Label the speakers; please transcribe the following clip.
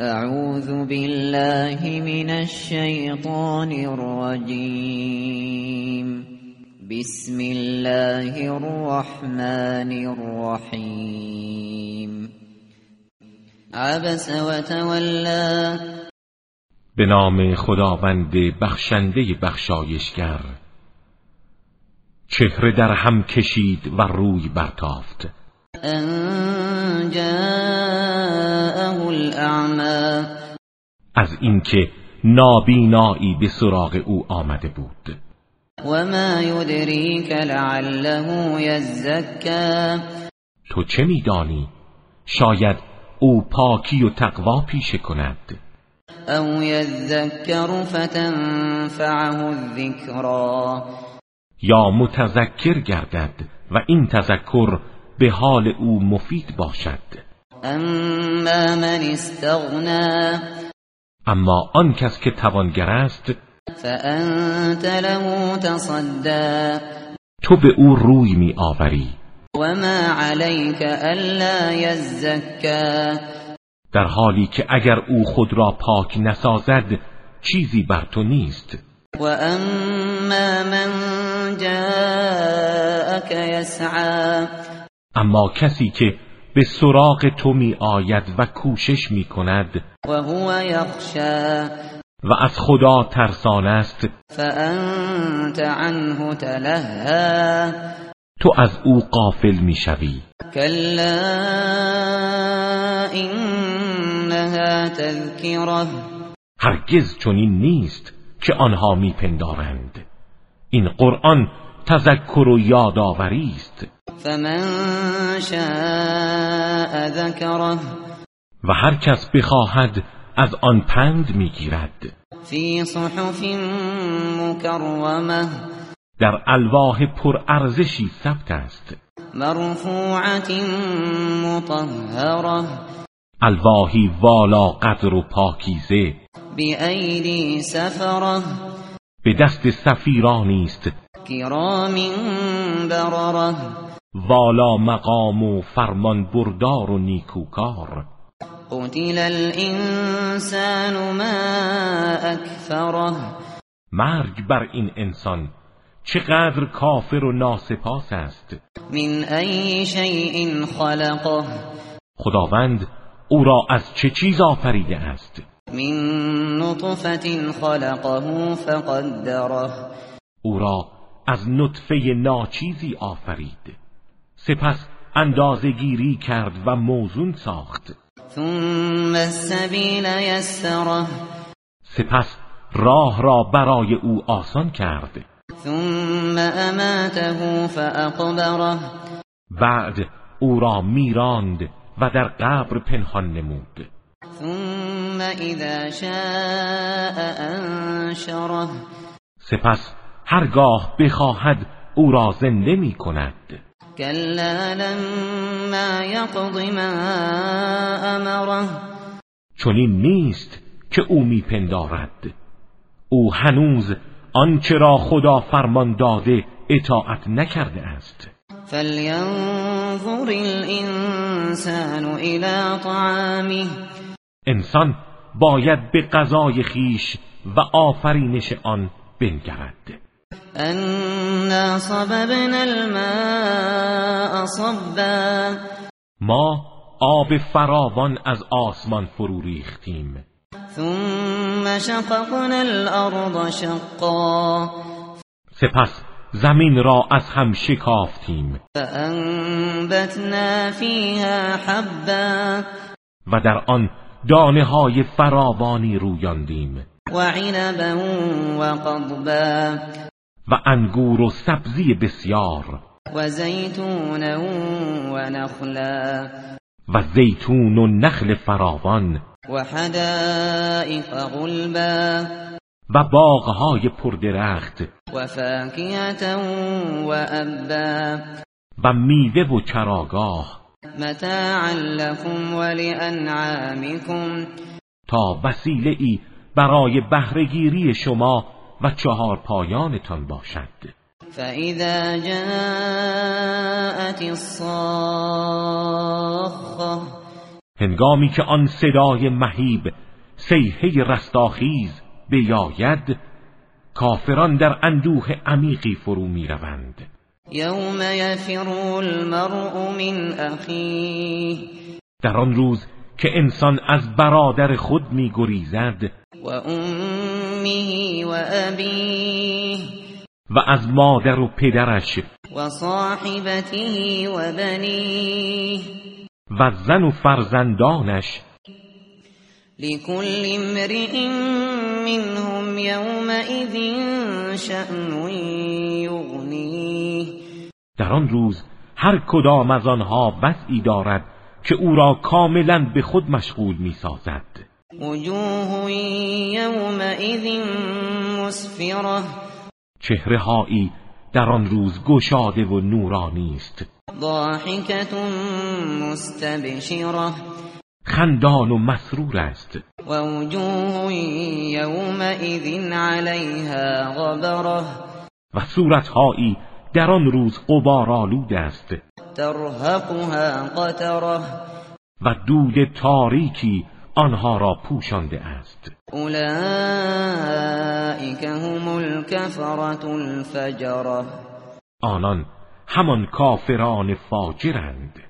Speaker 1: أعوذ بالله من الشيطان الرجيم بسم الله الرحمن الرحيم عبس وتولى
Speaker 2: به نام خداوند بخشنده بخشایشگر چهره در هم کشید و روی برتافت
Speaker 1: أن جاءه الأعمى
Speaker 2: از اینکه نابینایی به سراغ او آمده بود
Speaker 1: وما يدريك لعله يزكى
Speaker 2: تو چه میدانی شاید او پاکی و تقوا پیشه کند
Speaker 1: أو يذكر فتنفعه الذكرى
Speaker 2: یا متذکر گردد و این تذکر به حال او مفید باشد
Speaker 1: أما من استغنى
Speaker 2: اما آن کس که توانگر است
Speaker 1: فأنت له تصدى
Speaker 2: تو به او روی می آوری
Speaker 1: وما عليك ألا يزكى
Speaker 2: در حالی که اگر او خود را پاک نسازد چیزی بر تو نیست
Speaker 1: وأما من جاءك يسعى
Speaker 2: اما کسی که به سراغ تو می آید و کوشش می کند
Speaker 1: وهو يخشى
Speaker 2: و از خدا ترسان است
Speaker 1: فأنت عنه تلهى
Speaker 2: تو از او قافل می شوی
Speaker 1: كلا إنها تذكرة
Speaker 2: هرگز چنین نیست که آنها می پندارند این قرآن تذکر و یادآوری است
Speaker 1: فمن شاء ذكره
Speaker 2: و هر کس بخواهد از آن پند می گیرد
Speaker 1: في صحف مكرمة
Speaker 2: در الواح پرارزشی ثبت است
Speaker 1: مرفوعة مطهرة
Speaker 2: الواهی والا قدر و پاکیزه
Speaker 1: بأيدي سفرة
Speaker 2: به دست سفیرانی است
Speaker 1: كرام بررة
Speaker 2: والا مقام و فرمان بردار و نیکوکار
Speaker 1: قتل الإنسان ما أكفره
Speaker 2: مرگ بر این انسان چقدر کافر و ناسپاس است
Speaker 1: من أي شيء خلقه
Speaker 2: خداوند او را از چه چیز آفریده است
Speaker 1: من نطفة خلقه فقدره
Speaker 2: او را از نطفه ناچیزی آفرید سپس اندازگیری کرد و موزون ساخت
Speaker 1: ثم السبيل يسره
Speaker 2: سپس راه را برای او آسان کرد
Speaker 1: ثم أماته فأقبره
Speaker 2: بعد او را میراند و در قبر پنهان نمود
Speaker 1: ثم إذا شاء أنشره
Speaker 2: سپس هرگاه بخواهد او را زنده می کند
Speaker 1: كلا لما يقض ما أمره
Speaker 2: چنین نیست که او میپندارد او هنوز آنچه را خدا فرمان داده اطاعت نکرده است
Speaker 1: فلينظر الإنسان إلى طعامه
Speaker 2: انسان باید به قضای خیش و آفرینش آن بنگرد
Speaker 1: أنا صببنا الماء صبا
Speaker 2: ما آب فراوان از آسمان فرو ریختیم
Speaker 1: ثم شققنا الأرض شقا
Speaker 2: سپس زمین را از هم شکافتیم
Speaker 1: فأنبتنا فيها حبا
Speaker 2: و در آن دانه های فراوانی رویاندیم
Speaker 1: وعنبا وقضبا
Speaker 2: و انگور و سبزی بسیار
Speaker 1: وزيتونا ونخلا
Speaker 2: و زیتون و نخل فراوان
Speaker 1: وحدائق غلبا
Speaker 2: و باغهای پردرخت
Speaker 1: وفاكهة وأبا
Speaker 2: و میوه و چراگاه
Speaker 1: متاعا لكم ولأنعامكم
Speaker 2: تا وسیله ای برای بهرهگیری شما و چهار پایانتان باشد
Speaker 1: فإذا جاءت الصاخة
Speaker 2: هنگامی که آن صدای مهیب سیحه رستاخیز بیاید کافران در اندوه عمیقی فرو میروند
Speaker 1: يوم يفر المرء من أخيه
Speaker 2: در آن روز که انسان از برادر خود میگریزد
Speaker 1: وأمه وأبيه
Speaker 2: و از مادر و پدرش
Speaker 1: وصاحبته وبنيه
Speaker 2: و زن و فرزندانش
Speaker 1: لكل امرئ منهم يومئذ شأن يغنيه
Speaker 2: در آن روز هر کدام از آنها وضعی دارد که او را کاملا به خود مشغول می سازد
Speaker 1: وجوه يومئذ مسفرة
Speaker 2: چهره هایی در آن روز گشاده و نورانی است
Speaker 1: ضاحكة مستبشرة
Speaker 2: خندان و مسرور است
Speaker 1: ووجوه يومئذ عليها غبرة
Speaker 2: و صورتهایی در آن روز غبارآلود است
Speaker 1: ترهقها قترة
Speaker 2: و دود تاریکی آنها را پوشانده است
Speaker 1: أولئك هم الكفرة الفجرة
Speaker 2: آنان همان کافران فاجرند